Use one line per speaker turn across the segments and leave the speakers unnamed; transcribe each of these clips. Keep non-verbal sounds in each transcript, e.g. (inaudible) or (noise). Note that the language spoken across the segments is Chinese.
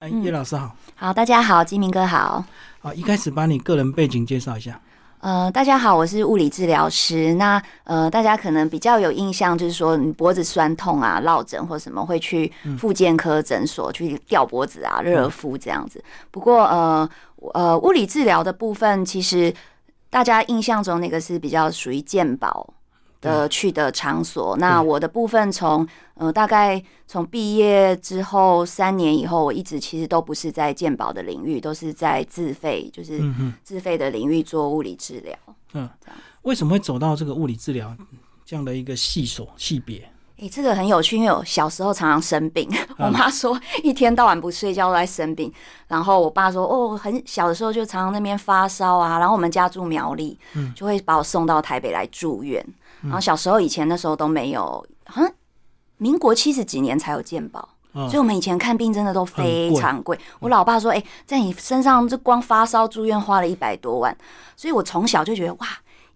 哎，
嗯
叶老师好，
好，大家好，金明哥好。
好，一开始把你个人背景介绍一下。
呃，大家好，我是物理治疗师。那呃，大家可能比较有印象，就是说你脖子酸痛啊、落枕或什么，会去
嗯
复健科诊所去吊脖子啊、热敷这样子。不过呃我呃，物理治疗的部分，其实大家印象中那个是比较属于健保的去的场所。那我的部分从呃大概从毕业之后三年以后，我一直其实都不是在健保的领域，都是在自费，就是
嗯哼，
自费的领域做物理治疗。
嗯为什么会走到这个物理治疗这样的一个系所系别？
诶、这个很有趣，因为我小时候常常生病， (laughs) 我妈说一天到晚不睡觉都在生病，然后我爸说哦，很小的时候就常常那边发烧啊，然后我们家住苗栗，就会把我送到台北来住院，然后小时候以前那时候都没有，好像民国七十几年才有健保。
嗯
所以，我们以前看病真的都非常贵。我老爸说：“哎、在你身上这光发烧住院花了一百多万。”所以，我从小就觉得哇，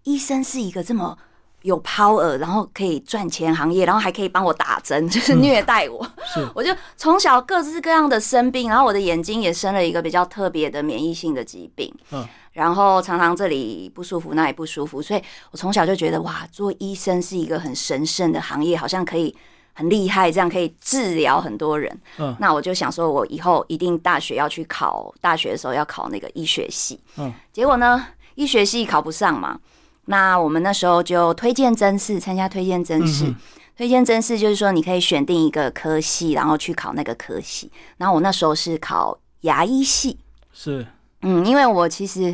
医生是一个这么有 power，然后可以赚钱行业，然后还可以帮我打针，就是虐待我。
嗯是
(laughs) 我就从小各式各样的生病，然后我的眼睛也生了一个比较特别的免疫性的疾病。
嗯，
然后常常这里不舒服，那里不舒服，所以我从小就觉得哇，做医生是一个很神圣的行业，好像可以很厉害，这样可以治疗很多人。
嗯
那我就想说，我以后一定大学要去考，大学的时候要考那个医学系。
嗯，
结果呢，医学系考不上嘛，那我们那时候就推荐真试，参加推荐真试。
嗯哼
推荐真试就是说，你可以选定一个科系，然后去考那个科系。然后我那时候是考牙医系，
是
嗯，因为我其实，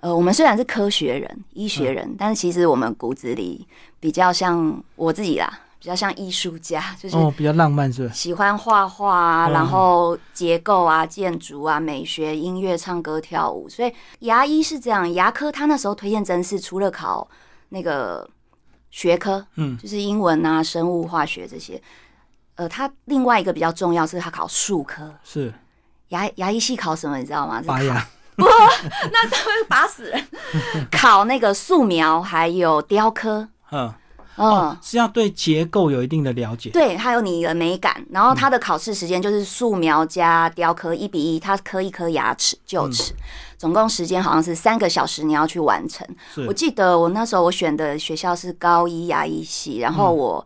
呃，我们虽然是科学人、医学
嗯
人，但是其实我们骨子里比较像我自己啦，比较像艺术家， (laughs) 就是
哦，比较浪漫是不是？
喜欢画画啊，
嗯
然后结构啊、建筑啊、美学、音乐、唱歌、跳舞。所以牙医是这样，牙科他那时候推荐真是除了考那个学科，
嗯，
就是英文啊、生物、化学这些，呃，他另外一个比较重要是他考术科。
是
牙牙医系考什么你知道吗？是
拔牙，
(laughs) 打死人，考那个素描还有雕刻，
嗯，
嗯。
是要对结构有一定的了解。
对，还有你的美感，然后它的考试时间就是素描加雕刻一比一，它刻一颗牙齿臼齿，总共时间好像是三个小时，你要去完成。
是
我记得我那时候我选的学校是高一牙医系，然后我、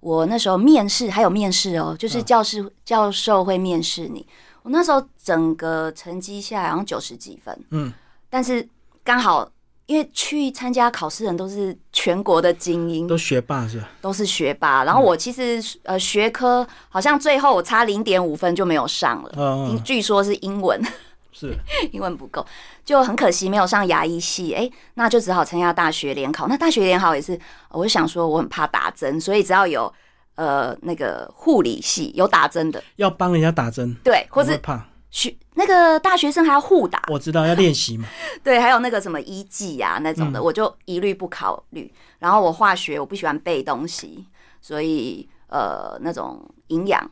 我那时候面试还有面试哦，就是教师、教授会面试你。我那时候整个成绩下来好像九十几分，
嗯，
但是刚好因为去参加考试的人都是全国的精英，
都学霸是吧？
都是学霸。然后我其实呃学科好像最后我差零点五分就没有上了，
嗯，
听
嗯
据说是英文， (laughs)
是
英文不够，就很可惜没有上牙医系。哎、那就只好参加大学联考。那大学联考也是，呃我就想说我很怕打针，所以只要有呃那个护理系有打针的，
要帮人家打针，
对，或
不会
是
怕，
学那个大学生还要互打，
我知道要练习嘛。 (laughs)
对，还有那个什么医技啊那种的，我就一律不考虑。然后我化学我不喜欢背东西，所以呃那种营养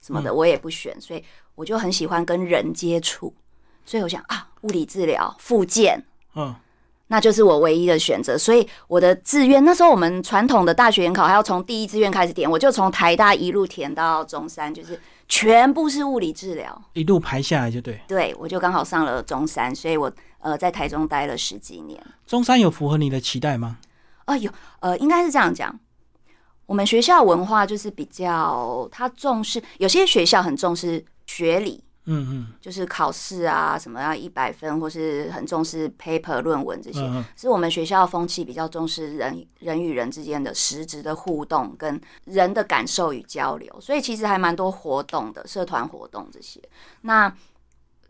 什么的我也不选，所以我就很喜欢跟人接触。所以我想啊，物理治疗、复健，
嗯，
那就是我唯一的选择。所以我的志愿那时候我们传统的大学研考还要从第一志愿开始填，我就从台大一路填到中山，就是全部是物理治疗。
一路排下来就对。
对，我就刚好上了中山，所以我呃在台中待了十几年。
中山有符合你的期待吗？
哎呦，呃，应该是这样讲。我们学校文化就是比较，他重视有些学校很重视学理，
嗯嗯
就是考试啊什么要一百分，或是很重视 paper 论文这些。
嗯嗯，
是我们学校风气比较重视人人与人之间的实质的互动，跟人的感受与交流，所以其实还蛮多活动的，社团活动这些，那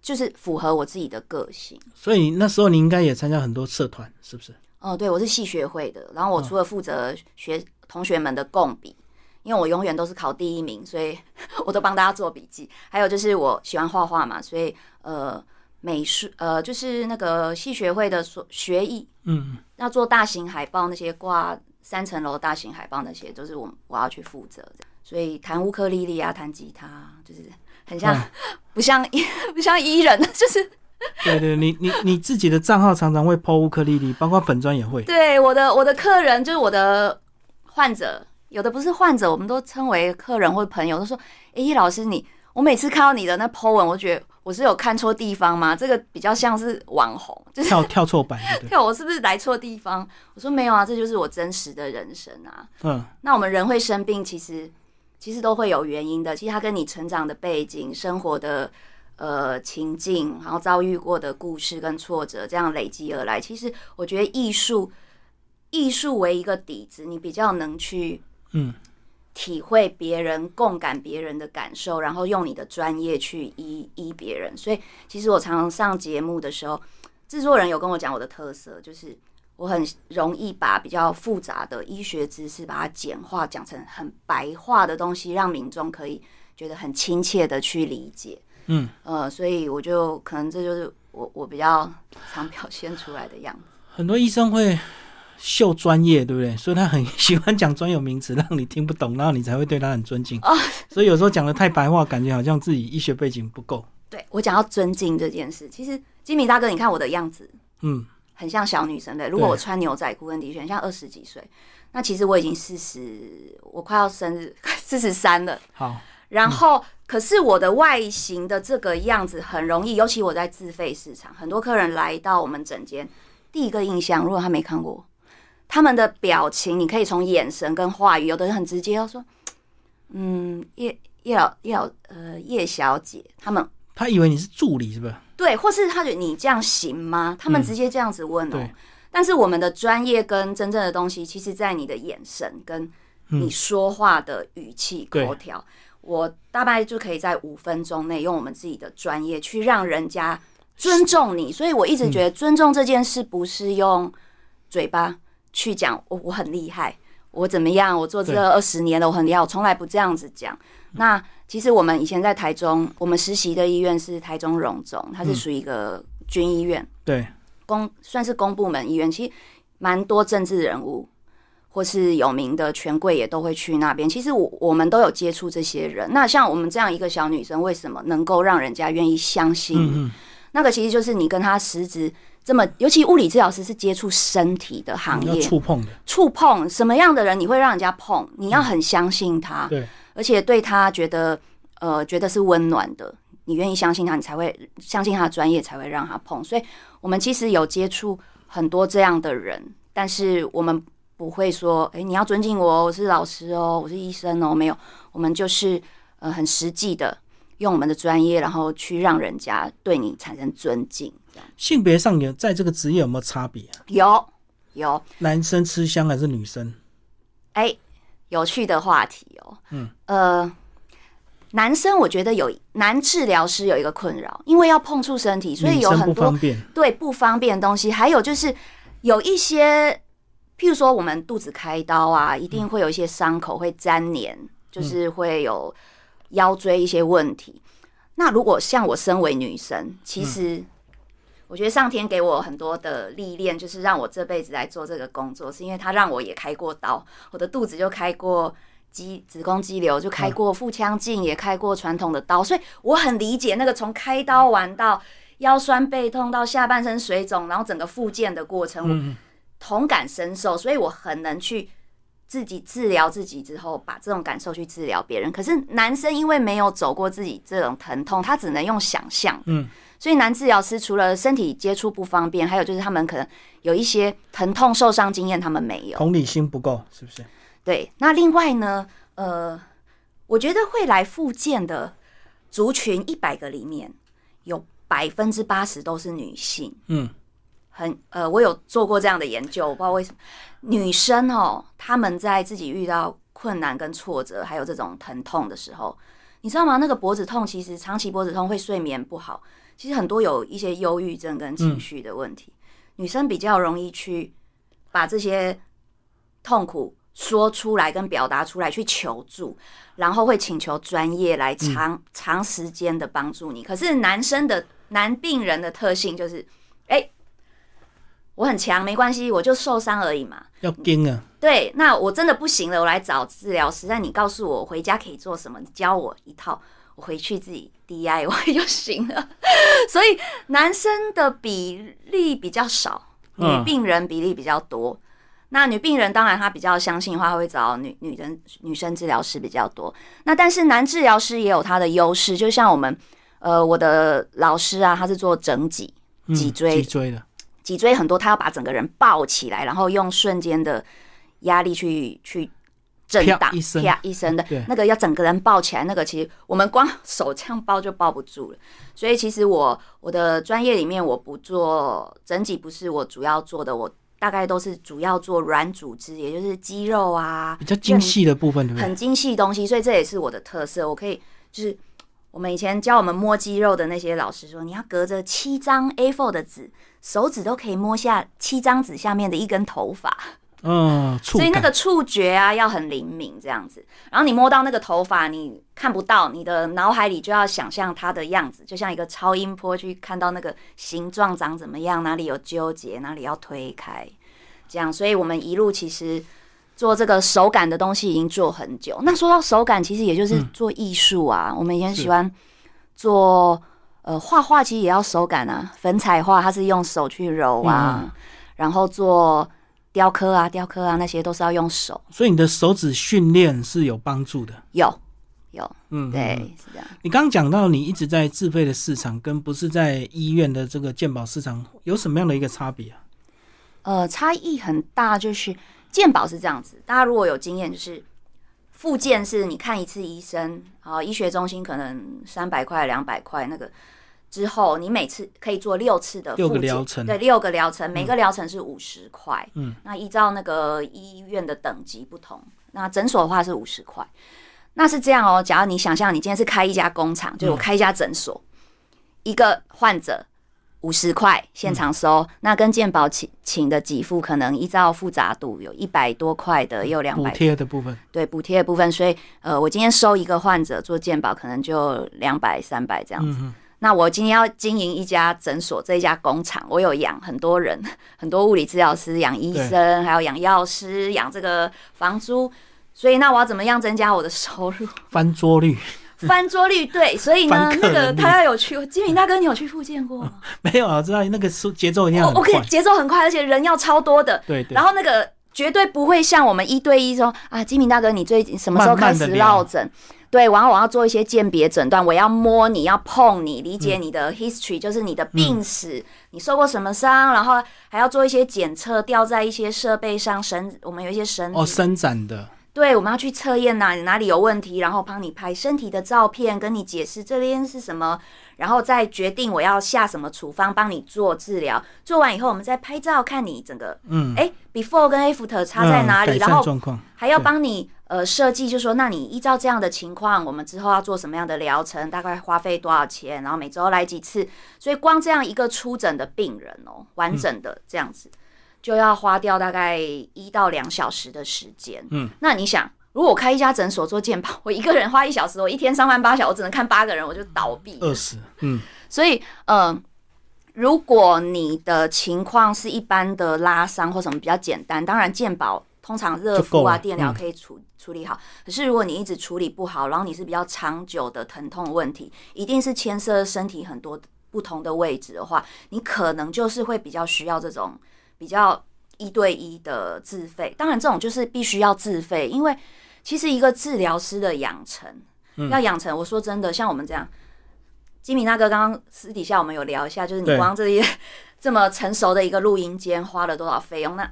就是符合我自己的个性。
所以那时候你应该也参加很多社团，是不是？
哦，对，我是系学会的，然后我除了负责学同学们的共笔，因为我永远都是考第一名，所以 (laughs) 我都帮大家做笔记。还有就是我喜欢画画嘛，所以呃，美术呃就是那个系学会的所学艺
嗯，嗯
要做大型海报那些挂三层楼大型海报那些，都是我我要去负责的。所以弹乌克丽丽啊，弹吉他，就是很像、不像 (laughs) 不像伊人，就是
对对，你你你自己的账号常常会抛乌克丽丽，包括粉砖也会。
对，我的我的客人就是我的患者，有的不是患者，我们都称为客人或朋友，都说：“诶，叶老师你，我我每次看到你的那 po 文，我觉得我是有看错地方吗？这个比较像是网红，就是
跳跳错版，对
(laughs)
不对？
跳我是不是来错地方？我说没有啊，这就是我真实的人生啊。
嗯，
那我们人会生病，其实其实都会有原因的。其实它跟你成长的背景、生活的呃情境，然后遭遇过的故事跟挫折，这样累积而来。其实我觉得艺术，艺术为一个底子，你比较能去
嗯
体会别人、共感别人的感受，然后用你的专业去医医别人。所以其实我常常上节目的时候，制作人有跟我讲我的特色，就是我很容易把比较复杂的医学知识把它简化，讲成很白话的东西，让民众可以觉得很亲切的去理解。
嗯，
呃，所以我就可能这就是我我比较常表现出来的样子。
很多医生会秀专业，对不对？所以他很喜欢讲专有名词，让你听不懂，然后你才会对他很尊
哦
敬。所以有时候讲的太白话，感觉好像自己医学背景不够。
对我讲要尊敬这件事，其实金米大哥，你看我的样子，
嗯，
很像小女生对不对。如果我穿牛仔裤跟 T 恤，很像二十几岁。那其实我已经四十，我快要生日， (laughs) 四十三了。
好，
然后，可是我的外形的这个样子很容易，尤其我在自费市场，很多客人来到我们诊间，第一个印象，如果他没看过我，他们的表情，你可以从眼神跟话语，有的人很直接，要说，嗯，叶叶老叶老呃叶小姐，他们
他以为你是助理，是不是？
对，或是他觉得你这样行吗？他们
嗯
直接这样子问哦、
对
但是我们的专业跟真正的东西，其实在你的眼神跟
嗯
你说话的语气、
对
口条，我大概就可以在五分钟内用我们自己的专业去让人家尊重你。所以我一直
嗯
觉得尊重这件事不是用嘴巴去讲，我我很厉害，我怎么样，我做这
对嗯
二十年了，我很厉害，我从来不这样子讲。那其实我们以前在台中，我们实习的医院是台中荣总，
嗯
它是属于一个军医院。
对，
公算是公部门医院，其实蛮多政治人物或是有名的权贵也都会去那边。其实我我们都有接触这些人。那像我们这样一个小女生，为什么能够让人家愿意相信你？
嗯嗯，
那个其实就是你跟她实质这么，尤其物理治疗师是接触身体的行
要
业，
触碰的，
触碰什么样的人你会让人家碰，你要很相信他。
对，
而且对他觉得呃觉得是温暖的，你愿意相信他，你才会相信他的专业，才会让他碰。所以我们其实有接触很多这样的人，但是我们不会说，诶，你要尊敬我哦，我是老师哦，我是医生哦，没有，我们就是呃很实际的用我们的专业，然后去让人家对你产生尊敬。这样
性别上有在这个职业有没有差别啊、
有有
男生吃香还是女生？
哎、有趣的话题哦。
嗯，
呃，男生我觉得有男治疗师有一个困扰，因为要碰触身体，所以
女
有
生
很
不
多
方便。
对不方便的东西。还有就是有一些，譬如说我们肚子开刀啊，一定会有一些伤口会粘连，
嗯
就是会有腰椎一些问题。那如果像我身为女生，其
嗯
实我觉得上天给我很多的历练，就是让我这辈子来做这个工作，是因为他让我也开过刀，我的肚子就开过肌子宫肌瘤，就
嗯
开过腹腔镜，也开过传统的刀，所以我很理解那个从开刀完到腰酸背痛到下半身水肿，然后整个复健的过程，我
嗯，
同感深受，所以我很能去。自己治疗自己之后，把这种感受去治疗别人。可是男生因为没有走过自己这种疼痛，他只能用想象。
嗯，
所以男治疗师除了身体接触不方便，还有就是他们可能有一些疼痛受伤经验，他们没有。
同理心不够，是不是？
对，那另外呢，呃，我觉得会来复健的族群一百个里面，有百分之八十都是女性。
嗯，
很呃，我有做过这样的研究，我不知道为什么女生哦，她们在自己遇到困难跟挫折，还有这种疼痛的时候，你知道吗？那个脖子痛，其实长期脖子痛会睡眠不好，其实很多有一些忧郁症跟情绪的问题，女生比较容易去把这些痛苦说出来跟表达出来，去求助，然后会请求专业来长、长时间的帮助你。可是男生的男病人的特性就是，哎、我很强，没关系，我就受伤而已嘛。
要盯啊，
对，那我真的不行了，我来找治疗师。但你告诉我，我回家可以做什么？你教我一套，我回去自己 DIY (laughs) 就行了。所以男生的比例比较少，
嗯
女病人比例比较多。那女病人当然她比较相信的话，她会找女女人女生治疗师比较多。那但是男治疗师也有他的优势，就像我们呃我的老师啊，他是做整脊
嗯
脊椎
脊椎的，
脊椎很多，他要把整个人抱起来，然后用瞬间的压力去去震
啪
荡
一声
啪一声的
对
那个要整个人抱起来，那个其实我们光手这样抱就抱不住了。所以其实我我的专业里面我不做整脊，不是我主要做的，我大概都是主要做软组织，也就是肌肉啊，
比较精细的部分，对不对？
很精细的东西，所以这也是我的特色。我可以就是我们以前教我们摸肌肉的那些老师说，你要隔着七张 A4 的纸，手指都可以摸下七张纸下面的一根头发，
嗯，触
所以那
感
个触觉啊要很灵敏这样子。然后你摸到那个头发，你看不到，你的脑海里就要想象它的样子，就像一个超音波去看到那个形状长怎么样，哪里有纠结，哪里要推开，这样。所以我们一路其实做这个手感的东西已经做很久。那说到手感，其实也就是做艺术啊，我们以前
嗯是
喜欢做。呃，画画其实也要手感啊，粉彩画它是用手去揉啊，
嗯
然后做雕刻啊、雕刻啊那些都是要用手。
所以你的手指训练是有帮助的。
有有，
嗯，
对，
嗯。嗯
是这样。
你刚刚讲到你一直在自费的市场跟不是在医院的这个健保市场有什么样的一个差别啊？
呃，差异很大，就是健保是这样子，大家如果有经验，就是复健是你看一次医生，啊，医学中心可能三百块、两百块那个。之后，你每次可以做六次的
六个
复健
疗程
对，六个疗程，每个疗程是五十块。
嗯，
那依照那个医院的等级不同，那诊所的话是五十块。那是这样哦，假如你想象你今天是开一家工厂，
嗯
就是我开一家诊所，一个患者五十块现场收，
嗯
那跟健保请请的给付可能依照复杂度有一百多块的，也有两
补
百
贴的部分，
对补贴的部分，所以呃，我今天收一个患者做健保，可能就两百三百这样子。
嗯
那我今天要经营一家诊所，这一家工厂，我有养很多人， (laughs) 很多物理治疗师、养医生，还有养药师、养这个房租，所以那我要怎么样增加我的收
(laughs)
入？
哼，翻桌率
翻桌率对，所以呢
翻，客
那
人
个
率
他要有去，金明大哥，你有去复健过吗？
没有啊，我知道那个速节奏一定要
我
很
我可以
快，
哦节奏很快，而且人要超多的，
对对
然。后那个绝对不会像我们一对一说啊，金明大哥，你最近什么时候开
慢
始
慢地聊
落枕？对，然后我要做一些鉴别诊断，我要摸你，要碰你，
嗯
理解你的 history，、就是你的病史，你受过什么伤，然后还要做一些检测，吊在一些设备上，绳子，我们有一些绳子，
哦，伸展的，
对，我们要去测验哪哪里有问题，然后帮你拍身体的照片，跟你解释这边是什么，然后再决定我要下什么处方帮你做治疗。做完以后，我们再拍照看你整个
嗯，
哎，before 跟 after 差在
嗯
哪里，
改
然
善
后
状况，
还要帮你呃设计，就说那你依照这样的情况，我们之后要做什么样的疗程，大概花费多少钱，然后每周来几次，所以光这样一个出诊的病人哦，完整的这样子，就要花掉大概一到两小时的时间。
嗯，
那你想，如果我开一家诊所做健保，我一个人花一小时，我一天上班八小时，我只能看八个人，我就倒闭了。
二十，嗯，
所以，嗯、如果你的情况是一般的拉伤或什么比较简单，当然健保通常热
就
敷
够
啊、
了
电疗
嗯
可以处、处理好。可是如果你一直处理不好，然后你是比较长久的疼痛问题，一定是牵涉身体很多不同的位置的话，你可能就是会比较需要这种比较一对一的自费。当然，这种就是必须要自费，因为其实一个治疗师的养成，要养成，我说真的，像我们这样，金明大哥刚刚私底下我们有聊一下，就是你
对
光这些 (laughs) 这么成熟的一个录音间花了多少费用？那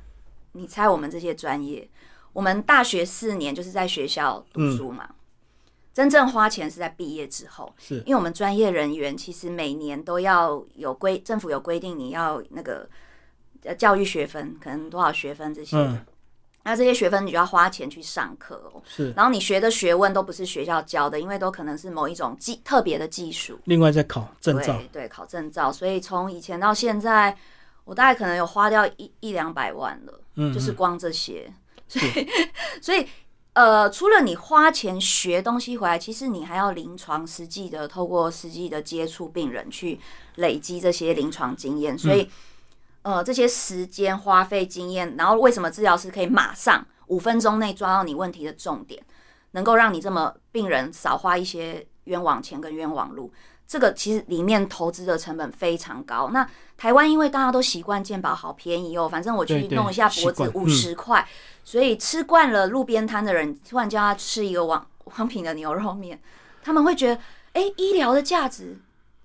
你猜我们这些专业，我们大学四年就是在学校读书嘛，真正花钱是在毕业之后，
是
因为我们专业人员其实每年都要有规，政府有规定你要那个呃教育学分，可能多少学分这些的，
嗯
那这些学分你就要花钱去上课哦。
是。
然后你学的学问都不是学校教的，因为都可能是某一种技特别的技术，
另外再考证照，
对对，考证照。所以从以前到现在，我大概可能有花掉一一两百万了，
嗯，
就是光这些。所
是
以所以呃，除了你花钱学东西回来，其实你还要临床实际的，透过实际的接触病人去累积这些临床经验，所以。
嗯
呃，这些时间花费经验，然后为什么治疗师可以马上五分钟内抓到你问题的重点，能够让你这么病人少花一些冤枉钱跟冤枉路？这个其实里面投资的成本非常高。那台湾因为大家都习惯健保好便宜哦，反正我去
对对
弄一下脖
习惯嗯
子五十块，所以吃惯了路边摊的人，突然叫他吃一个王王品的牛肉面，他们会觉得，哎、医疗的价值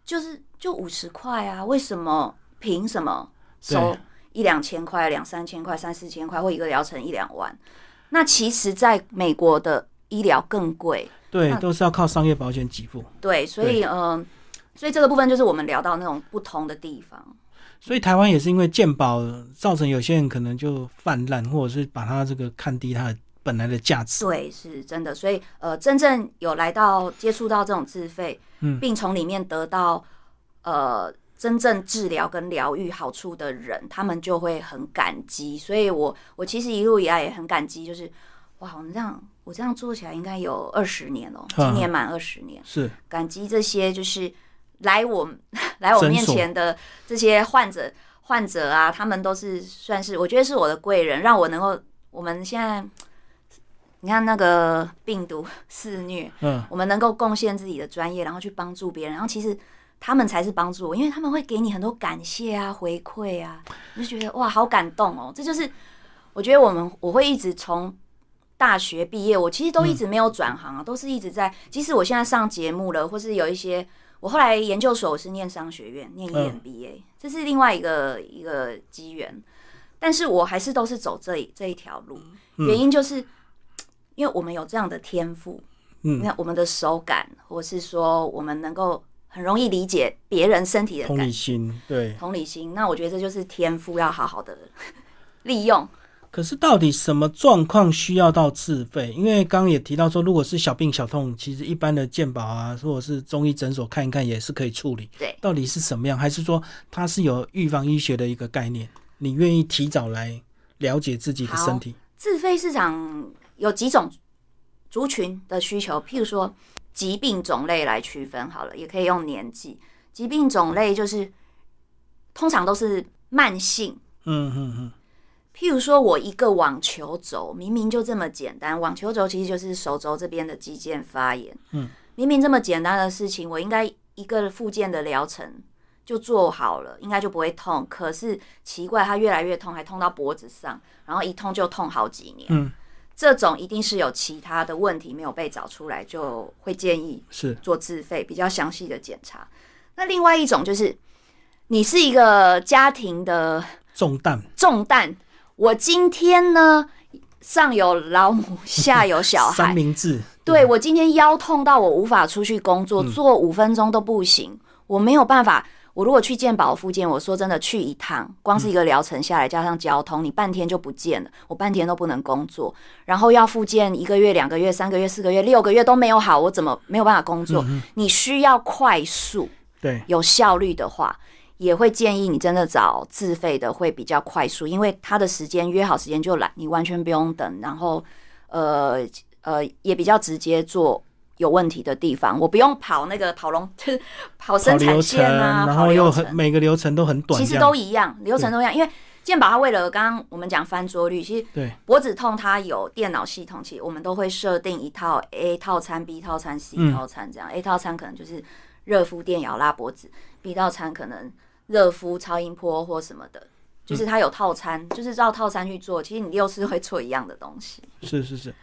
就是就五十块啊，为什么凭什么收
对
一两千块、两三千块、三四千块，或一个疗程一两万？那其实在美国的医疗更贵，
对
那，
都是要靠商业保险给付。
对，所以嗯、呃所以这个部分就是我们聊到那种不同的地方，
所以台湾也是因为健保造成有些人可能就泛滥，或者是把它这个看低它的本来的价值。
对，是真的。所以呃，真正有来到接触到这种自费，
嗯
并从里面得到呃真正治疗跟疗愈好处的人，他们就会很感激。所以我我其实一路以来也很感激，就是哇，我们这样我这样做起来应该有二十年了，今年满二十年。
是
感激这些就是来我们 (laughs) 来我面
诊所
前的这些患者患者啊，他们都是算是我觉得是我的贵人，让我能够我们现在你看那个病毒肆虐，
嗯，
我们能够贡献自己的专业，然后去帮助别人，然后其实。他们才是帮助我，因为他们会给你很多感谢啊、回馈啊，你就觉得哇，好感动哦！这就是我觉得我们我会一直从大学毕业，我其实都一直没有转行啊，都是一直在。即使我现在上节目了，或是有一些，我后来研究所我是念商学院，念
嗯
EMBA，、这是另外一个一个机缘。但是我还是都是走这一这一条路，原因就是因为我们有这样的天赋，
嗯
那我们的手感，或是说我们能够很容易理解别人身体的
同
感
理心对。
同理心，那我觉得这就是天赋，要好好的利用。
可是到底什么状况需要到自费？因为刚刚也提到说，如果是小病小痛，其实一般的健保啊，或者是中医诊所看一看也是可以处理。
对，
到底是什么样？还是说它是有预防医学的一个概念？你愿意提早来了解自己的身体？
自费市场有几种族群的需求，譬如说疾病种类来区分好了，也可以用年纪。疾病种类就是通常都是慢性，
嗯嗯嗯，
譬如说我一个网球肘，明明就这么简单，网球肘其实就是手肘这边的肌腱发炎。
嗯，
明明这么简单的事情，我应该一个复健的疗程就做好了，应该就不会痛。可是奇怪，它越来越痛，还痛到脖子上，然后一痛就痛好几年。
嗯，
这种一定是有其他的问题没有被找出来，就会建议
是
做自费比较详细的检查。那另外一种就是，你是一个家庭的
重担，
重担。我今天呢，上有老母，下有小
三
孩。
明治，
对我今天腰痛到我无法出去工作，做五分钟都不行，我没有办法。我如果去健保附近，我说真的，去一趟，光是一个疗程下来，加上交通，你半天就不见了，我半天都不能工作，然后要复健一个月、两个月、三个月、四个月、六个月都没有好，我怎么没有办法工作？你需要快速，
对，
有效率的话，也会建议你真的找自费的会比较快速，因为他的时间约好时间就来，你完全不用等，然后呃呃也比较直接做。有问题的地方，我不用跑那个跑龙，就是 (laughs) 跑
跑
生产
流程，
线啊，
然
跑
后
流
又
程
很每个流程都很短，
其实
这样
都一样，流程都一样。因为健保它为了刚刚我们讲翻桌率，其实
对
脖子痛它有电脑系统，其实我们都会设定一套 A 套餐、B 套餐、C
嗯
套餐这样。A 套餐可能就是热敷、电摇、拉脖子；B 套餐可能热敷、超音波或什么的。
嗯
就是它有套餐，就是照套餐去做。其实你又是会做一样的东西。
是是是。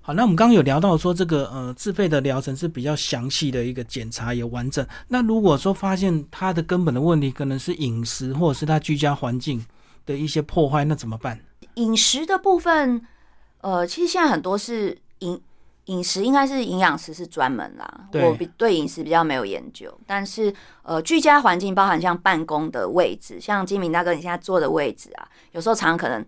好，那我们刚刚有聊到说这个呃自费的疗程是比较详细的一个检查，也完整。那如果说发现他的根本的问题可能是饮食或者是他居家环境的一些破坏，那怎么办？
饮食的部分，呃，其实现在很多是饮饮食应该是营养师是专门啦，
对
我比对饮食比较没有研究，但是呃，居家环境包含像办公的位置，像金明大哥你现在坐的位置啊，有时候常常可能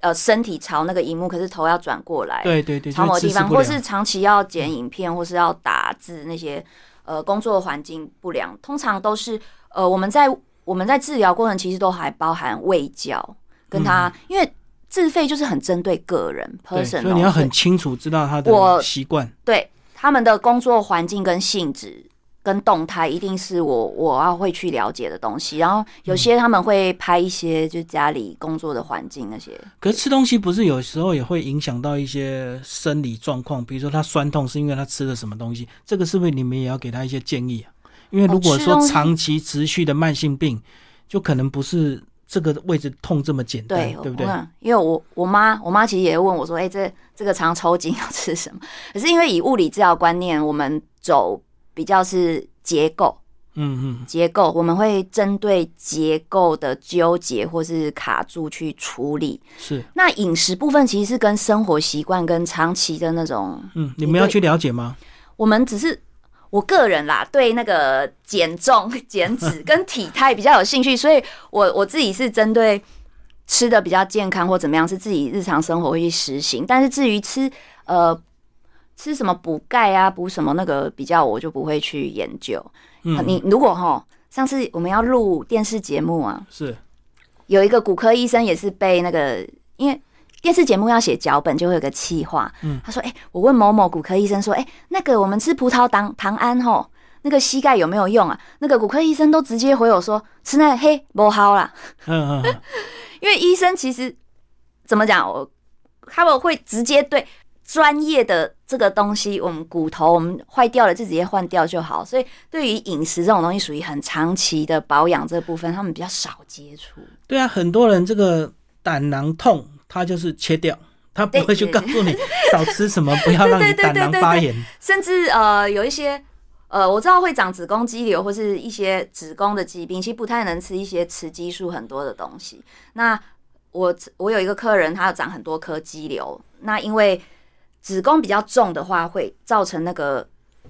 呃身体朝那个荧幕，可是头要转过来，
对对对，
朝某
就
哎地
是支持
方，
不
或
了。
是长期要剪影片，或是要打字那些，呃，工作环境不良，通常都是呃我们在我们在治疗过程其实都还包含卫教，跟他、因为自费就是很针对个人
嗯对，
person，
所以你要很清楚知道他
哦我
的习惯。
对他们的工作环境跟性质跟动态，一定是我我要会去了解的东西。然后
嗯
有些他们会拍一些就家里工作的环境那些，
可是吃东西不是有时候也会影响到一些生理状况，比如说他酸痛是因为他吃了什么东西，这个是不是你们也要给他一些建议啊？因为如果
哦吃东
说
西
长期持续的慢性病，就可能不是这个位置痛这么简单，
对
对，
我
不对
我？想因为我我妈我妈其实也问我说，哎、这这个肠抽筋要吃什么？ (laughs) 可是因为以物理治疗观念，我们走比较是结构，
嗯嗯，
结构，我们会针对结构的纠结或是卡住去处理。
是，
那饮食部分其实是跟生活习惯跟长期的那种，
嗯，你
你
们要
对
去了解
(laughs)
吗？
我们只是我个人啦，对那个减重、 (laughs) 减脂跟体态比较有兴趣，所以我我自己是针对吃的比较健康或怎么样，是自己日常生活会去实行。但是至于吃呃吃什么补钙啊、补什么那个比较，我就不会去研究。啊
嗯，
你如果哈，上次我们要录电视节目啊，
是，
有一个骨科医生也是被那个，因为电视节目要写脚本，就会有个企划。
嗯
他说：“哎、我问某某骨科医生说，哎、那个我们吃葡萄糖糖胺吼，那个膝盖有没有用啊？”那个骨科医生都直接回我说：“吃那个嘿不好啦。
嗯嗯嗯，”
因为医生其实怎么讲，我他们会直接对。专业的这个东西，我们骨头我们坏掉了就直接换掉就好，所以对于饮食这种东西，属于很长期的保养这部分，他们比较少接触。
对啊，很多人这个胆囊痛，他就是切掉，他不
对
会去
对
告诉你少吃什么，不要让你
(laughs) 对对
胆
对
囊
对
发
对
炎。
甚至呃有一些呃我知道会长子宫肌瘤或是一些子宫的疾病，其实不太能吃一些雌激素很多的东西。那我我有一个客人，他有长很多颗肌瘤，那因为子宫比较重的话，会造成那个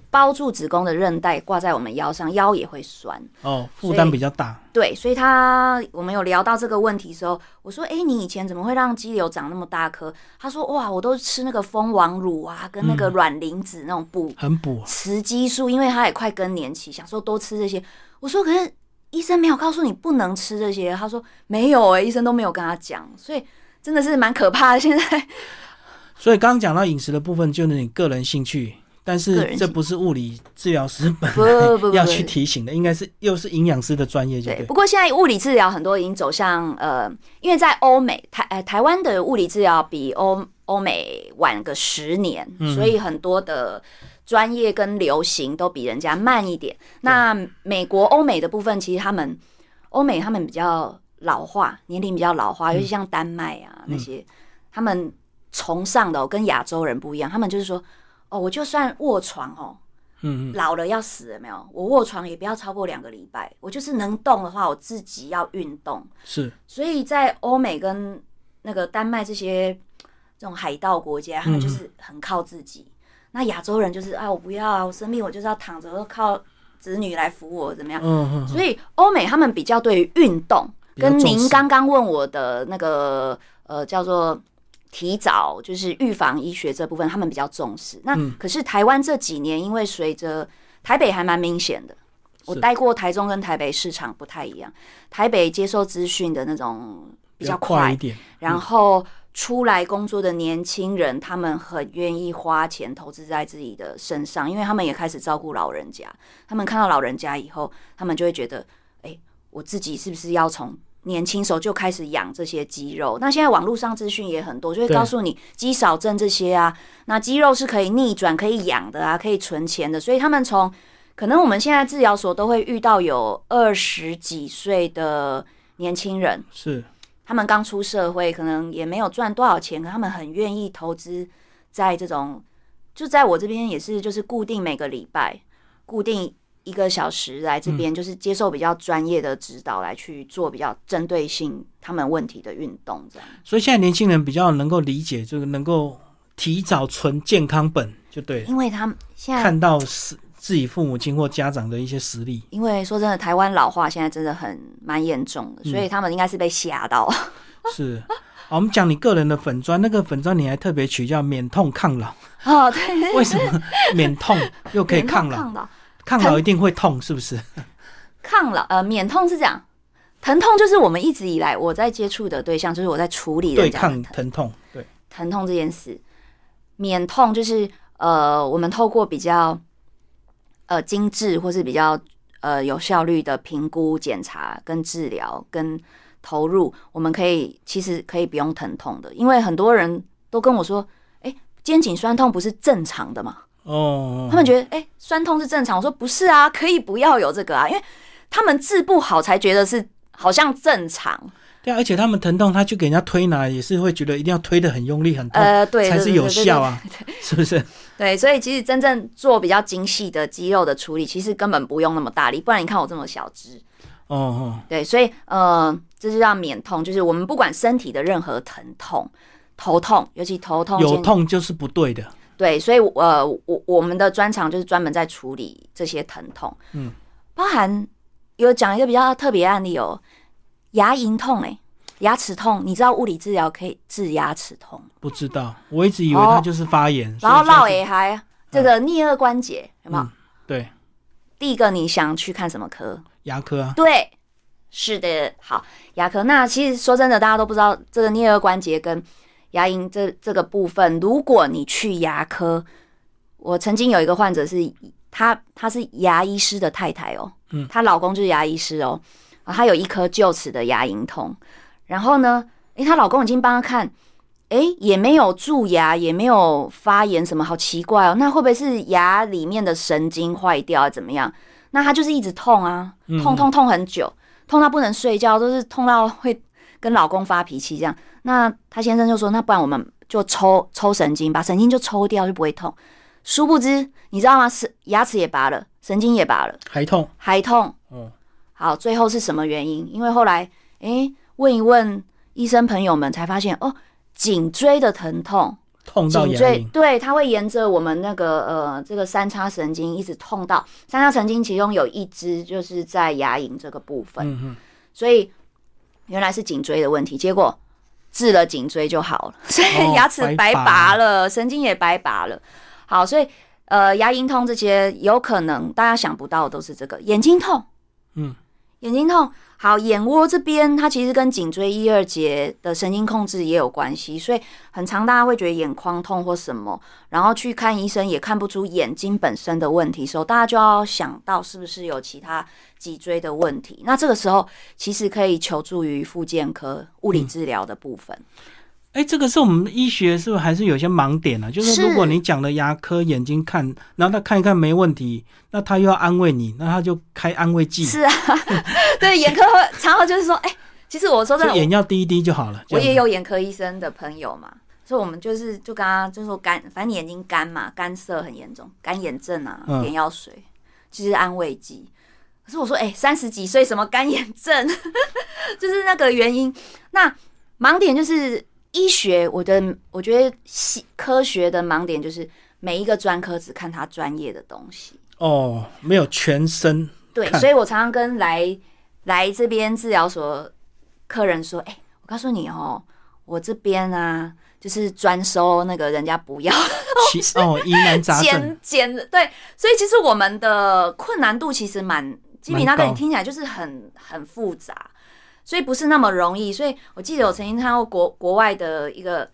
包住子宫的韧带挂在我们腰上，腰也会酸。
哦，负
所
担
以
比较大。
对，所以他我们有聊到这个问题的时候，我说：“哎、你以前怎么会让肌瘤长那么大颗？”他说：“哇，我都吃那个蜂王乳啊，跟那个卵磷脂那种补
很补啊，
雌激素，因为他也快更年期，想说多吃这些。我说可是医生没有告诉你不能吃这些，他说没有哎、医生都没有跟他讲，所以真的是蛮可怕的。现在
所以刚刚讲到饮食的部分，就是你个人兴趣，但
个
是
人
这
兴
不是物理治疗师本
不不不不
来要
不
去提醒的，应该是又是营养师的专业，就
对，
对
不。过现在物理治疗很多已经走向呃，因为在欧美台呃台湾的物理治疗比欧欧美晚个十年，
嗯
所以很多的。专业跟流行都比人家慢一点。那美国、欧美的部分，其实他们欧美他们比较老化，年龄比较老
嗯
化，尤其像丹麦啊、那些，他们崇尚的、哦、跟亚洲人不一样，他们就是说，哦，我就算卧床哦，
嗯嗯，
老了要死了没有？我卧床也不要超过两个礼拜，我就是能动的话，我自己要运动。
是
所以在欧美跟那个丹麦这些这种海盗国家，他们就是很靠自己。那亚洲人就是啊，我不要啊，我生病我就是要躺着，我都靠子女来扶我怎么样？
嗯嗯，
所以欧美他们比较对于运动，
比较
跟
重视
您刚刚问我的那个呃叫做提早就是预防医学这部分，他们比较重视。那
嗯
可是台湾这几年，因为随着台北还蛮明显的，我
是
待过台中跟台北市场不太一样，台北接受资讯的那种比较
快一
快，
点。
然后。出来工作的年轻人，他们很愿意花钱投资在自己的身上，因为他们也开始照顾老人家。他们看到老人家以后，他们就会觉得，哎、我自己是不是要从年轻时候就开始养这些肌肉？那现在网络上资讯也很多，就会
对
告诉你肌少症这些啊，那肌肉是可以逆转、可以养的啊，可以存钱的。所以他们从可能我们现在治疗所都会遇到有二十几岁的年轻人，
是
他们刚出社会，可能也没有赚多少钱，可他们很愿意投资在这种，就在我这边也是，就是固定每个礼拜，固定一个小时来这
嗯
边，就是接受比较专业的指导，来去做比较针对性他们问题的运动，这样。
所以现在年轻人比较能够理解，这个能够提早存健康本就对了，
因为他们现在，
看到是自己父母亲或家长的一些实力。
因为说真的，台湾老化现在真的很蛮严重
嗯
的，所以他们应该是被
(laughs)
吓到。
是，好，我们讲你个人的粉砖，那个粉砖你还特别取叫免痛抗老，
哦，对，
为什
(laughs)
么免痛又可以
免
抗老？
抗老，
抗老一定会痛，是不是？
抗老呃免痛是这样，疼痛就是我们一直以来我在接触的对象，就是我在处理
对
人家的
抗
疼
疼痛，对，
疼痛这件事。免痛就是呃，我们透过比较呃精致或是比较呃有效率的评估、检查跟治疗跟投入，我们可以其实可以不用疼痛的，因为很多人都跟我说，哎、肩颈酸痛不是正常的吗？
哦，
他们觉得哎、酸痛是正常。我说不是啊，可以不要有这个啊，因为他们治不好才觉得是好像正常。
对啊，而且他们疼痛，他去给人家推拿，也是会觉得一定要推的很用力、很痛，
呃，对，
哦才
对
是有效。啊， (laughs) 是不是？
对对对对，所以其实真正做比较精细的肌肉的处理，其实根本不用那么大力，不然你看我这么小只。
哦哦，
对，所以呃，这就叫免痛，就是我们不管身体的任何疼痛、头痛，尤其头痛、
有
肩
痛就是不对的。
对，所以我呃，我我们的专长就是专门在处理这些疼痛，
嗯，
包含有讲一个比较特别的案例哦，牙龈痛哎、牙齿痛，你知道物理治疗可以治牙齿痛，
不知道，我一直以为它就是发炎，所以
哦然后
现在
落
是
也还这个颞颌关节、有没有？
嗯对
第一个你想去看什么科？
牙科啊，
对，是的，好，牙科。那其实说真的，大家都不知道这个颞颌关节跟牙龈这这个部分，如果你去牙科，我曾经有一个患者是，她她是牙医师的太太哦，
嗯
她老公就是牙医师哦，啊，她有一颗臼齿的牙龈痛，然后呢，诶，她老公已经帮她看。诶，也没有蛀牙，也没有发炎，什么好奇怪哦？那会不会是牙里面的神经坏掉，怎么样？那她就是一直痛啊，
嗯
痛痛痛很久，痛到不能睡觉，都是痛到会跟老公发脾气这样。那她先生就说：“那不然我们就抽抽神经，把神经就抽掉，就不会痛。”殊不知，你知道吗？是牙齿也拔了，神经也拔了，
还痛，
还痛。
哦，
好，最后是什么原因？因为后来诶、问一问医生朋友们，才发现哦，颈椎的疼痛，
痛到
颈
牙
椎
龈，
对它会沿着我们那个呃这个三叉神经一直痛到三叉神经，其中有一支就是在牙龈这个部分。
嗯嗯，
所以原来是颈椎的问题，结果治了颈椎就好了， (laughs) 所以
哦
牙齿
白
白
拔
拔了，神经也白拔了。好，所以呃，牙龈痛这些有可能大家想不到的都是这个，眼睛痛，
嗯，
眼睛痛。好，眼窝这边它其实跟颈椎一二节的神经控制也有关系，所以很常大家会觉得眼眶痛或什么，然后去看医生也看不出眼睛本身的问题的时候，大家就要想到是不是有其他脊椎的问题。那这个时候其实可以求助于复健科物
嗯
理治疗的部分。 (laughs)
哎、这个是我们医学是不是还是有些盲点啊？就是
是
如果你讲的牙科眼睛看，然后他看一看没问题，那他又要安慰你，那他就开安慰剂，
是啊，对眼科常常就是说，哎、其实我说真
就
的，我
眼药滴一滴就好了。这
我
样
也
子，
有眼科医生的朋友嘛，所以我们就是就跟他就说干，反正你眼睛干嘛，干涩很严重，干眼症啊，
嗯
眼药水其实安慰剂。可是我说，哎、三十几岁什么干眼症， (laughs) 就是那个原因。那盲点就是医学，我的我觉得西科学的盲点就是每一个专科只看他专业的东西。
哦，没有全身，
对，
看
所以我常常跟来来这边治疗所客人说：“哎、我告诉你哦，我这边啊，就是专收那个人家不要
其哦疑难杂
(laughs)
症，
减减的，对，所以其实我们的困难度其实蛮，基米那个
蛮高
你听起来就是很很复杂，所以不是那么容易。所以我记得我曾经看过国国外的一个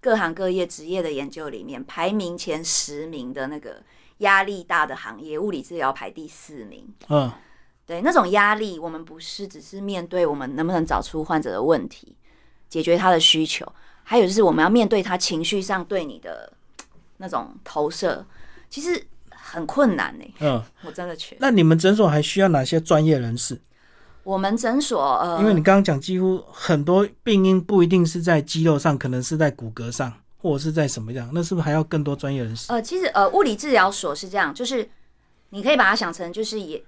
各行各业职业的研究里面，排名前十名的那个压力大的行业，物理治疗排第四名。
嗯，
对，那种压力，我们不是只是面对我们能不能找出患者的问题，解决他的需求，还有就是我们要面对他情绪上对你的嘖那种投射，其实很困难呢、
嗯，
我真的觉得，
那你们诊所还需要哪些专业人士？
我们诊所呃，
因为你刚刚讲，几乎很多病因不一定是在肌肉上，可能是在骨骼上，或者是在什么样，那是不是还要更多专业人士？
呃，其实呃，物理治疗所是这样，就是你可以把它想成就是也，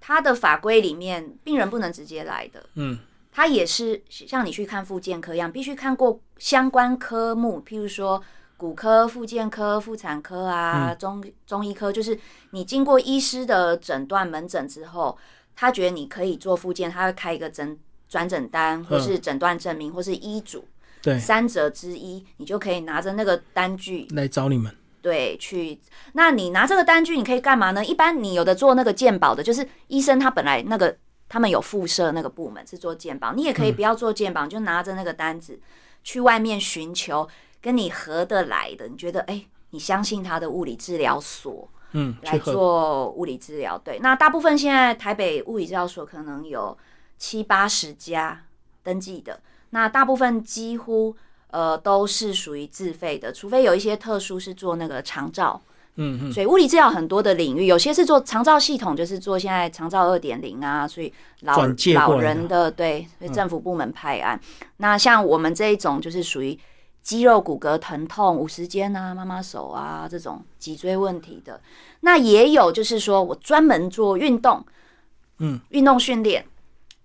它的法规里面，病人不能直接来的，
嗯，
它也是像你去看复健科一样，必须看过相关科目，譬如说骨科、复健科、妇产科啊、
嗯
中中医科，就是你经过医师的诊断门诊之后，他觉得你可以做复健，他会开一个诊转诊单，或是诊断证明，或是医嘱，
嗯对，
三者之一，你就可以拿着那个单据
来找你们。
对，去，那你拿这个单据，你可以干嘛呢？一般你有的做那个鉴保的，就是医生他本来那个他们有附设那个部门是做鉴保，你也可以不要做鉴保，你就拿着那个单子去外面寻求跟你合得来的，你觉得哎、你相信他的物理治疗所
嗯，
来
去喝
做物理治疗。对，那大部分现在台北物理治疗所可能有七八十家登记的，那大部分几乎呃都是属于自费的，除非有一些特殊是做那个长照
嗯嗯，
所以物理治疗很多的领域，有些是做长照系统，就是做现在长照二点零啊，所以老
转介过来的嗯
老人的对，所以政府部门派案。那像我们这一种就是属于肌肉骨骼疼痛、五十肩啊、妈妈手啊这种脊椎问题的。那也有就是说我专门做运动，
嗯，
运动训练。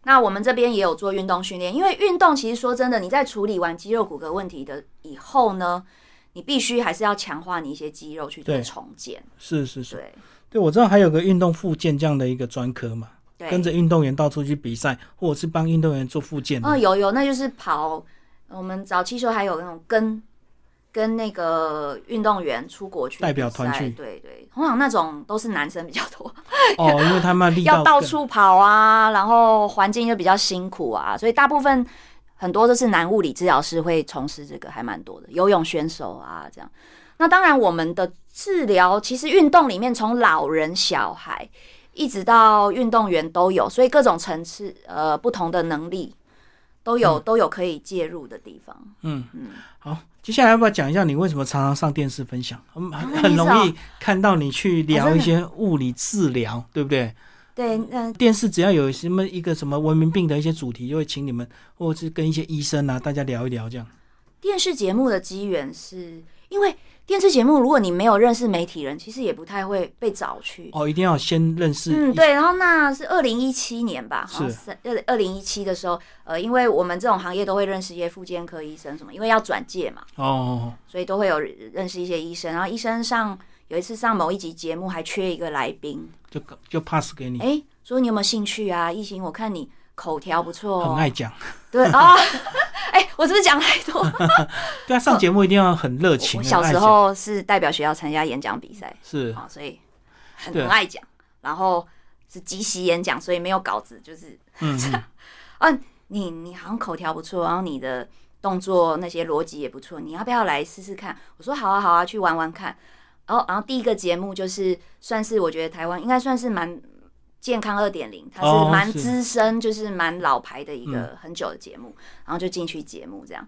那我们这边也有做运动训练，因为运动其实说真的，你在处理完肌肉骨骼问题的以后呢，你必须还是要强化你一些肌肉去做
对
重建。
是是是，
对
对我知道还有个运动复健这样的一个专科嘛，
对，
跟着运动员到处去比赛，或者是帮运动员做复健的。
哦，有有，那就是跑。我们早期时候还有那种跟跟那个运动员出国去
代表
比
团
赛
去
对对，通常那种都是男生比较多，
哦，因为他们力道
要到
更
处跑啊，然后环境又比较辛苦啊，所以大部分很多都是男物理治疗师会从事这个，还蛮多的，游泳选手啊这样。那当然，我们的治疗其实运动里面从老人、小孩一直到运动员都有，所以各种层次呃不同的能力都
嗯
有、都有可以介入的地方。嗯
好。接下来要不要讲一下你为什么常常上电视分享？嗯很
啊
很
那
容
意思哦
易看到你去聊
真
一
的
些物理治
啊
疗，对不对？
对，那
电视只要有什么一个什么文明病的一些主题，就会请你们或者是跟一些医生啊大家聊一聊这样。
电视节目的机缘是因为电视节目，如果你没有认识媒体人，其实也不太会被找去。
哦，一定要先认识。
嗯，。对，然后那是二零一七年吧，好像
是
是二二零一七的时候，呃，因为我们这种行业都会认识一些妇健科医生什么，因为要转介嘛，
哦，
所以都会有认识一些医生。然后医生上有一次上某一集节目还缺一个来宾，
就就 pass 给你，
哎，说你有没有兴趣啊？一心，我看你口条不错、
很
哦，
爱讲。
对 (laughs) 啊，哎、我是不是讲太多？
对啊，上节目一定要很热
我
情。
我
很
小
爱
时
讲
候是代表学校参加演讲比赛，
是
啊，所以很
对啊
很爱讲，然后是即席演讲，所以没有稿子，就是 (laughs)
嗯嗯
啊，你你好像口条不错，然后你的动作那些逻辑也不错，你要不要来试试看？我说好啊好啊，去玩玩看。哦然后然后第一个节目就是算是我觉得台湾应该算是蛮健康二点零，它
哦
是蛮
是嗯
资深，就是蛮老牌的一个很久的节目，然后就进去节目这样，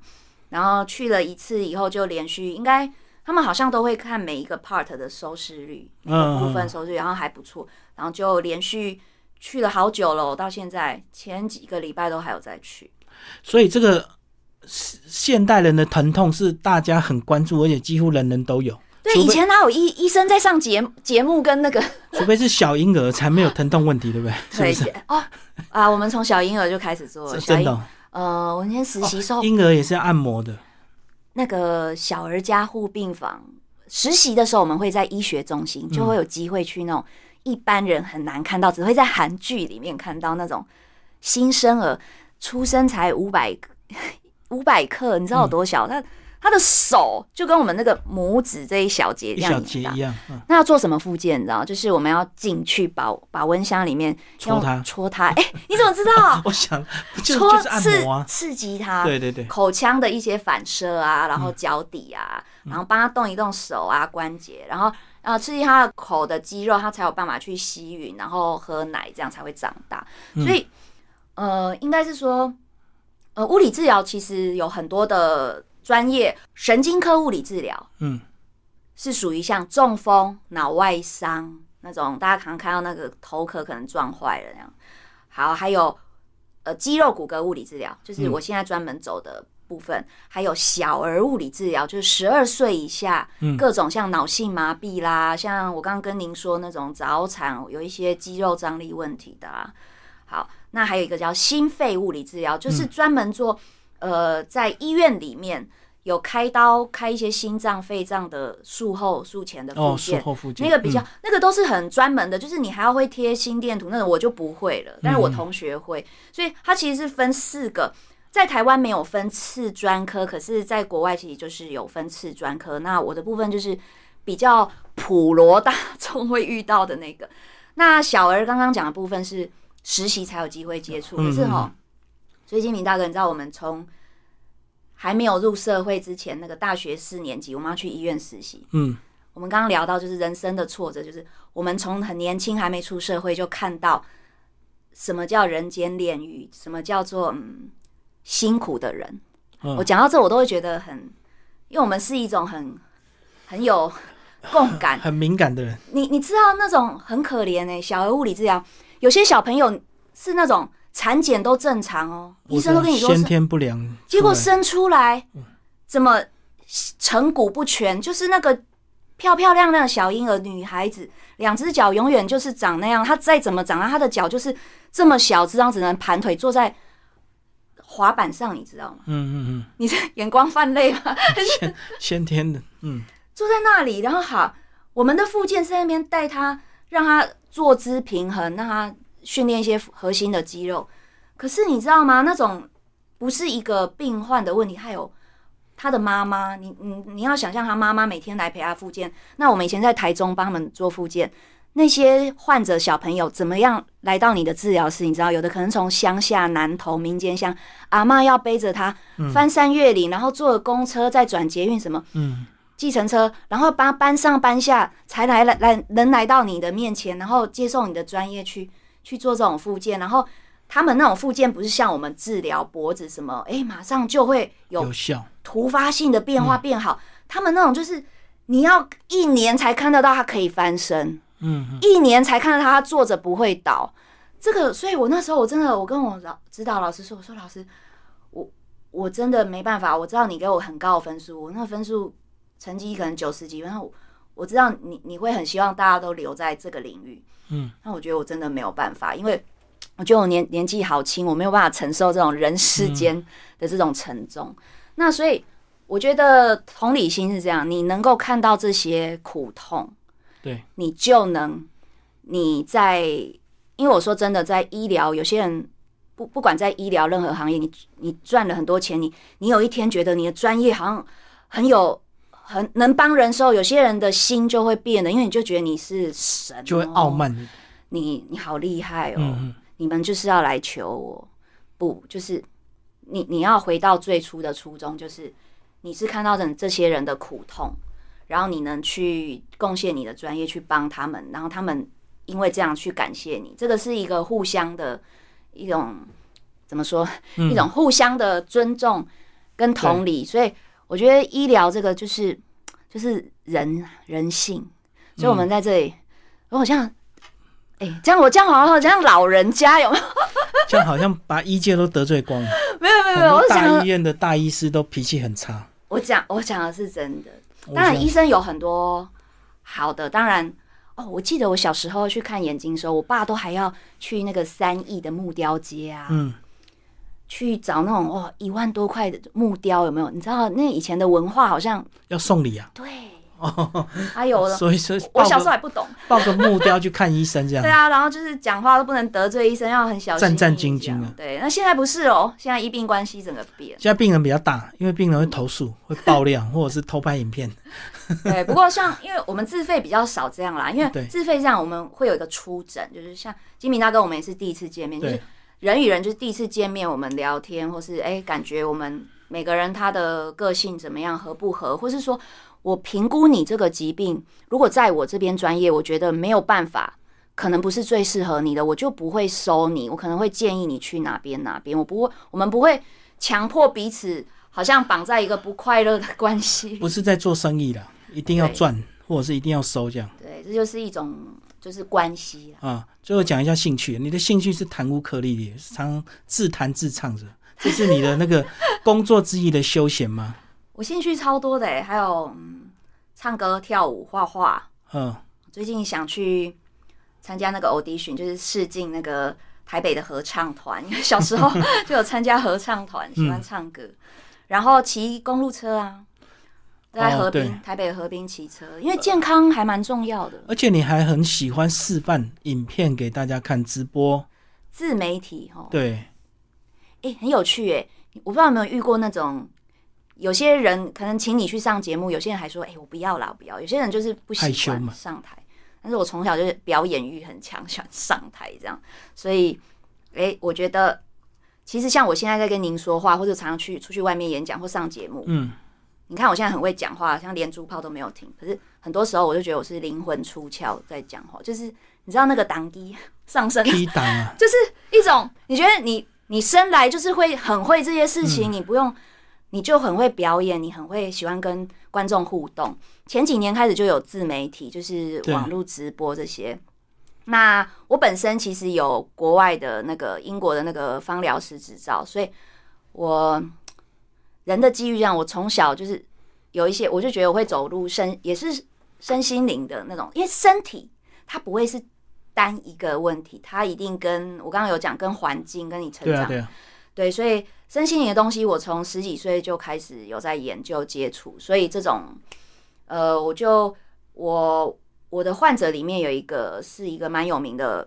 然后去了一次以后就连续应该。他们好像都会看每一个 part 的收视率，每个
嗯
部分收视率，然后还不错，然后就连续去了好久了，我到现在前几个礼拜都还有再去。
所以这个现现代人的疼痛是大家很关注，而且几乎人人都有，
对，
除非
以前哪有医医生在上节节目跟那个 (laughs)
除非是小婴儿才没有疼痛问题，对不对？是不
对
是？
哦啊，我们从小婴儿就开始做
是
小
真
婴
的哦、
呃，我那天实习时候、
哦婴儿也是要按摩的，
那个小儿加护病房实习的时候，我们会在医学中心，
嗯
就会有机会去那种一般人很难看到，只会在韩剧里面看到那种新生儿出生才五百五百克，你知
嗯
道有多小？他他的手就跟我们那个拇指这一小节
一
这
小
样
节
大
一。样，嗯，
那要做什么附件？你知道，就是我们要进去保保温箱里面
戳
用
它？
戳它。哎、你怎么知道
我想不 (laughs) 就
戳
就是按
刺
摩啊，
刺激它。
对对对，
口腔的一些反射啊，然后脚底啊，然后帮他动一动手啊关节，然后呃刺激他的口的肌肉，他才有办法去吸吮，然后喝奶，这样才会长大。所以呃，应该是说，呃，物理治疗其实有很多的专业，神经科物理治疗
嗯，
是属于像中风、脑外伤那种，大家常看到那个头壳可能撞坏了那样。好，还有呃肌肉骨骼物理治疗，就是
嗯
我现在专门走的部分，还有小儿物理治疗，就是十二岁以下、
嗯
各种像脑性麻痹啦，像我刚刚跟您说那种早产有一些肌肉张力问题的啊。好，那还有一个叫心肺物理治疗，
嗯
就是专门做、呃在医院里面。有开刀开一些心脏、肺脏的术后、术前的
哦，
复
术
健，
后附近
那个比较、
嗯
那个都是很专门的，就是你还要会贴心电图，那个我就不会了，但是
嗯
我同学会，所以它其实是分四个。在台湾没有分次专科，可是在国外其实就是有分次专科。那我的部分就是比较普罗大众会遇到的那个。那小儿刚刚讲的部分是实习才有机会接触，
嗯
可是哈，所以金明大哥，你知道我们从还没有入社会之前，那个大学四年级，我们要去医院实习，
嗯，
我们刚刚聊到，就是人生的挫折，就是我们从很年轻还没出社会就看到什么叫人间炼狱，什么叫做嗯辛苦的人。
嗯
我讲到这，我都会觉得很，因为我们是一种很很有共感。 (laughs)
很敏感的人，
你你知道那种很可怜哎、小儿物理治疗，有些小朋友是那种产检都正常哦，医生都跟你说
我的
是
先天不良出来，
结果生出来怎么成骨不全，就是那个漂漂亮亮的小婴儿女孩子，两只脚永远就是长那样，她再怎么长啊，她的脚就是这么小，这样只能盘腿坐在滑板上，你知道吗？
嗯嗯
你这眼光泛泪吗？
嗯，先先天的，嗯，
坐在那里，然后好，我们的附件是在那边带她，让她坐姿平衡，让她训练一些核心的肌肉。可是你知道吗？那种不是一个病患的问题，还有他的妈妈。你你你要想象他妈妈每天来陪他复健。那我们以前在台中帮他们做复健，那些患者小朋友怎么样来到你的治疗室？你知道，有的可能从乡下南投民间乡，阿嬷要背着他翻山越岭，然后坐了公车再转捷运什么，
嗯，
计程车，然后搬搬上搬下，才来来来能来到你的面前，然后接受你的专业去去做这种复健，然后。他们那种复健不是像我们治疗脖子什么，哎、马上就会有
有效，
突发性的变化变好。他们那种就是你要一年才看得到他可以翻身，
嗯嗯
一年才看得到他坐着不会倒。这个，所以我那时候我真的，我跟我老指导老师说，我说老师，我我真的没办法，我知道你给我很高的分数，我那个分数成绩可能九十几分，然后我我知道你你会很希望大家都留在这个领域，
嗯，
那我觉得我真的没有办法，因为我觉得我年年纪好轻，我没有办法承受这种人
嗯
世间的这种沉重。那所以我觉得同理心是这样，你能够看到这些苦痛，
对，
你就能你在，因为我说真的，在医疗有些人。不，不管在医疗任何行业，你你赚了很多钱，你你有一天觉得你的专业好像很有很能帮人的时候，有些人的心就会变了，因为你就觉得你是神哦、
就会傲慢，
你你好厉害哦，
嗯嗯
你们就是要来求我，不就是你你要回到最初的初衷，就是你是看到人这些人的苦痛，然后你能去贡献你的专业去帮他们，然后他们因为这样去感谢你，这个是一个互相的一种怎么说，
嗯
一种互相的尊重跟同理，所以我觉得医疗这个就是就是人人性，所以我们在这里，我好像。哎、这样我这样好像像老人家有没有？
这样好像把医界都得罪光了，
(laughs) 没有没有
很
没有，
多
我想
大医院的大医师都脾气很差，
我讲我讲的是真的。
我
当然，
觉
医生有很多好的，当然哦，我记得我小时候去看眼睛的时候，我爸都还要去那个三义的木雕街啊，
嗯，
去找那种哦一万多块的木雕有没有？你知道那以前的文化好像
得要送礼啊，
对，
哦，
还有我
所以嗯说
我
抱
小时候
个
还不懂，
抱个木雕去看医生这样
对，啊，然后就是讲话都不能得罪医生，要很小心翼翼
战战兢兢啊
这样对，那现在不是哦，现在医病关系整个变。
现在病人比较大，因为病人会投
(laughs)
诉、会爆料，或者是偷拍影片。 (laughs)
对，不过像因为我们自费比较少这样啦，因
对
为自费这样我们会有一个初诊，就是像金明大哥，我们也是第一次见面，就
对
是人与人就是第一次见面，我们聊天，或是哎、感觉我们每个人他的个性怎么样合不合，或是说我评估你这个疾病，如果在我这边专业，我觉得没有办法。可能不是最适合你的，我就不会收你，我可能会建议你去哪边哪边，我不会，我们不会强迫彼此，好像绑在一个不快乐的关系。
不是在做生意啦，一定要
对
赚，或者是一定要收这样
对，这就是一种就是关系啦。
啊。最后讲一下兴趣，你的兴趣是弹乌克丽丽，常自弹自唱着，这是你的那个工作之一的休闲吗？ (laughs)
我兴趣超多的欸还有、嗯、唱歌、跳舞、画画。
嗯，
最近想去参加那个 audition，就是试镜那个台北的合唱团， (laughs) 因为小
(laughs)
时候就有参加合唱团，喜
嗯
欢唱歌，然后骑公路车啊。在
哦
河滨、
对呃
台北河滨骑车，因为健康还蛮重要的。
而且你还很喜欢示范影片给大家看，直播，
自媒体哦，
对，
哎、很有趣哎、我不知道有没有遇过那种，有些人可能请你去上节目，有些人还说，哎、我不要啦，我不要。有些人就是不
害
喜
羞嘛
欢上台，但是我从小就是表演欲很强，喜欢上台这样，所以，哎、我觉得其实像我现在在跟您说话，或者常常去出去外面演讲或上节目， (laughs)
嗯，
你看我现在很会讲话，像连珠炮都没有停，可是很多时候我就觉得我是灵魂出窍在讲话，就是你知道那个挡低 (laughs) 上升
踢档啊，
就是一种你觉得你你生来就是会很会这些事情，你不用你就很会表演，你很会喜欢跟观众互动。前几年开始就有自媒体，就是
对
网络直播这些。那我本身其实有国外的那个英国的那个芳疗师执照，所以我人的机遇让我从小就是有一些，我就觉得我会走路身也是身心灵的那种，因为身体它不会是单一个问题，它一定跟我刚刚有讲跟环境跟你成
对
长
啊，对啊，
对，所以身心灵的东西，我从十几岁就开始有在研究接触，所以这种，呃，我就我我的患者里面有一个是一个蛮有名的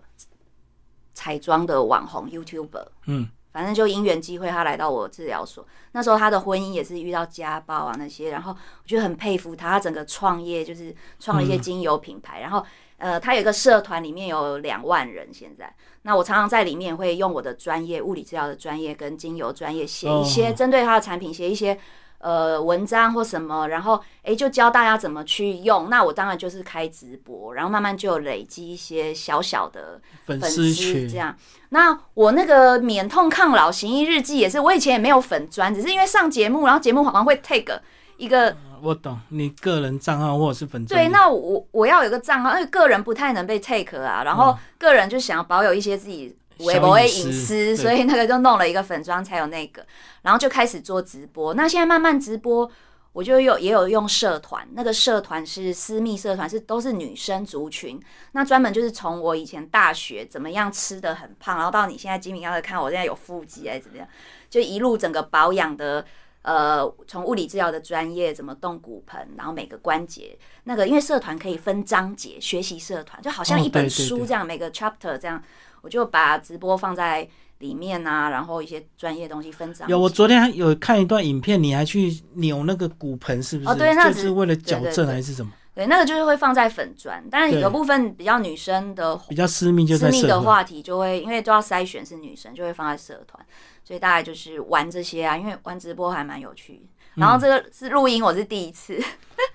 彩妆的网红 YouTuber，
嗯，
反正就因缘机会，他来到我治疗所，那时候他的婚姻也是遇到家暴啊那些，然后我就很佩服他，他整个创业就是创了一些精油品牌，
嗯
然后呃，他有一个社团，里面有两万人现在。那我常常在里面会用我的专业物理治疗的专业跟精油专业写一些
哦
针对他的产品写一些呃文章或什么，然后诶就教大家怎么去用。那我当然就是开直播，然后慢慢就累积一些小小的
粉
(laughs) 粉
丝
丝
群
这样。那我那个免痛抗老行医日记也是，我以前也没有粉砖，只是因为上节目，然后节目好像会 take 一个
我懂，你个人账号或者是粉丝，
对，那我我要有个账号，因为个人不太能被 take 啊，然后个人就想要保有一些自己微博的
嗯小
隐
隐私
私，
对
所以那个就弄了一个粉妆才有那个，然后就开始做直播。那现在慢慢直播，我就有也有用社团，那个社团是私密社团，是都是女生族群，那专门就是从我以前大学怎么样吃的很胖，然后到你现在精明要的看我现在有腹肌还是怎么样，就一路整个保养的。呃，从物理治疗的专业怎么动骨盆，然后每个关节那个，因为社团可以分章节，学习社团就好像
哦
一本
对对
书
对
这样，每个 chapter 这样，我就把直播放在里面啊，然后一些专业东西分章节。
有，我昨天还有看一段影片，你还去扭那个骨盆，是不是？
哦对那
就
只
是为了矫
对对
正
对
还是什么？
对，那个就是会放在粉砖，但是有
对
部分比较女生的
比较私密就
私
在
密
社
的
会。
话题就会，因为都要筛选是女生，就会放在社团，所以大概就是玩这些啊，因为玩直播还蛮有趣。然
嗯
后这个是录音，我是第一次，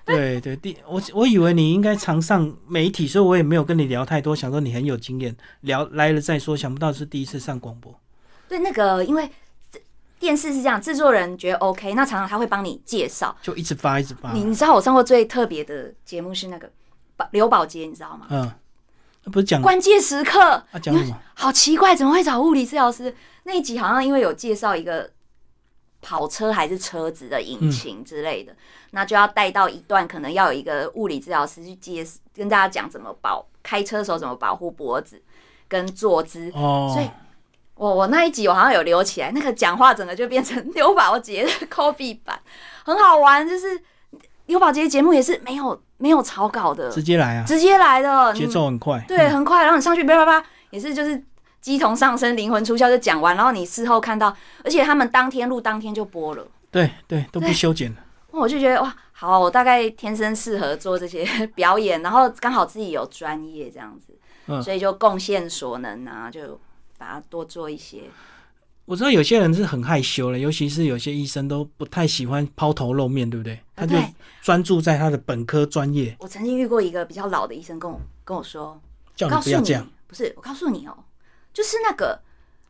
对对，第我我以为你应该常上媒体，所以我也没有跟你聊太多，想说你很有经验，聊来了再说。想不到是第一次上广播，
对那个，因为电视是这样，制作人觉得 OK，那常常他会帮你介绍。
就一直发一直发。
你你知道我上过最特别的节目是那个宝刘宝杰，你知道吗？
嗯，那不是讲
关键时刻，
啊讲什么？
好奇怪，怎么会找物理治疗师？那一集好像因为有介绍一个跑车还是车子的引擎之类的，那就要带到一段，可能要有一个物理治疗师去介跟大家讲怎么保开车的时候怎么保护脖子跟坐姿。所以
哦，
我我那一集我好像有留起来，那个讲话整个就变成刘宝杰的 (laughs) copy 版，很好玩。就是刘宝杰节目也是没有没有草稿的，
直接来啊，
直接来的，
节
你
奏很快。嗯
对，很快，然后你上去叭叭叭，也是就是鸡同上身，灵魂出窍就讲完，然后你事后看到，而且他们当天录，当天就播了。
对对，都不修剪了。
我就觉得哇，好，我大概天生适合做这些表演，然后刚好自己有专业这样子，
嗯
所以就贡献所能啊，就把它多做一些。
我知道有些人是很害羞的，尤其是有些医生都不太喜欢抛头露面，对不对？他就
啊对
专注在他的本科专业，
我曾经遇过一个比较老的医生跟我跟我说，
叫
告
你不
诉
要
你，
这样。
不是我告诉你哦，就是那个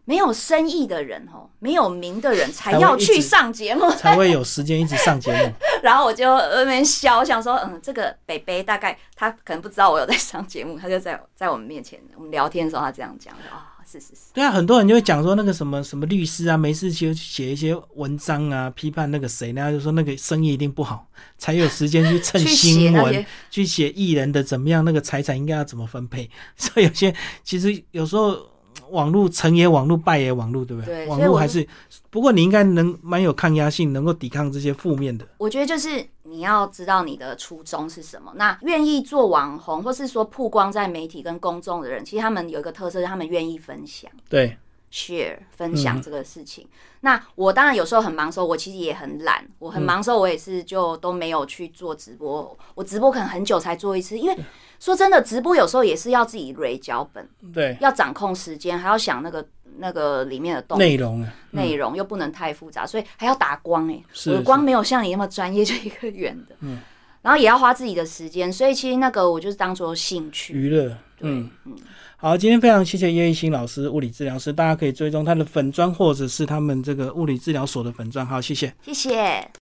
没有生意的人哦，没有名的人才
才会
要
一
去
直
上节目，
才会有时间一直上节目。
(laughs) 然后我就在那边笑，我想说，嗯，这个北北大概他可能不知道我有在上节目，他就在在我们面前，我们聊天的时候他这样讲，我说啊、是是是，
对啊，很多人就会讲说那个什么什么律师啊，没事就写一些文章啊，批判那个谁，那就说那个生意一定不好，才有时间去蹭
去写
新
那
闻
些，，
去写艺人的怎么样，那个财产应该要怎么分配。 (laughs) 所以有些其实有时候嗯网络成也网络，败也网络，对不
对
网
所以
络
我
还，
就是
不过你应该能蛮有抗压性，能够抵抗这些负面的。
我觉得就是你要知道你的初衷是什么。那愿意做网红，或是说曝光在媒体跟公众的人，其实他们有一个特色，他们愿意分享。
对，嗯
share 分享这个事情。那我当然有时候很忙的时候，我其实也很懒。我
嗯
很忙的时候，我也是就都没有去做直播。我直播可能很久才做一次，因为说真的，直播有时候也是要自己蕊脚本，
对，
要掌控时间，还要想那个那个里面的动
内容啊，
内容，又不能太复杂，所以还要打光哎、
是嗯
我的光没有像你那么专业，就一个圆的。然后也要花自己的时间，所以其实那个我就是当做兴趣。
娱乐，嗯。好，今天非常谢谢叶一新老师，物理治疗师，大家可以追踪他的粉砖或者是他们这个物理治疗所的粉砖。好，谢谢。
谢谢。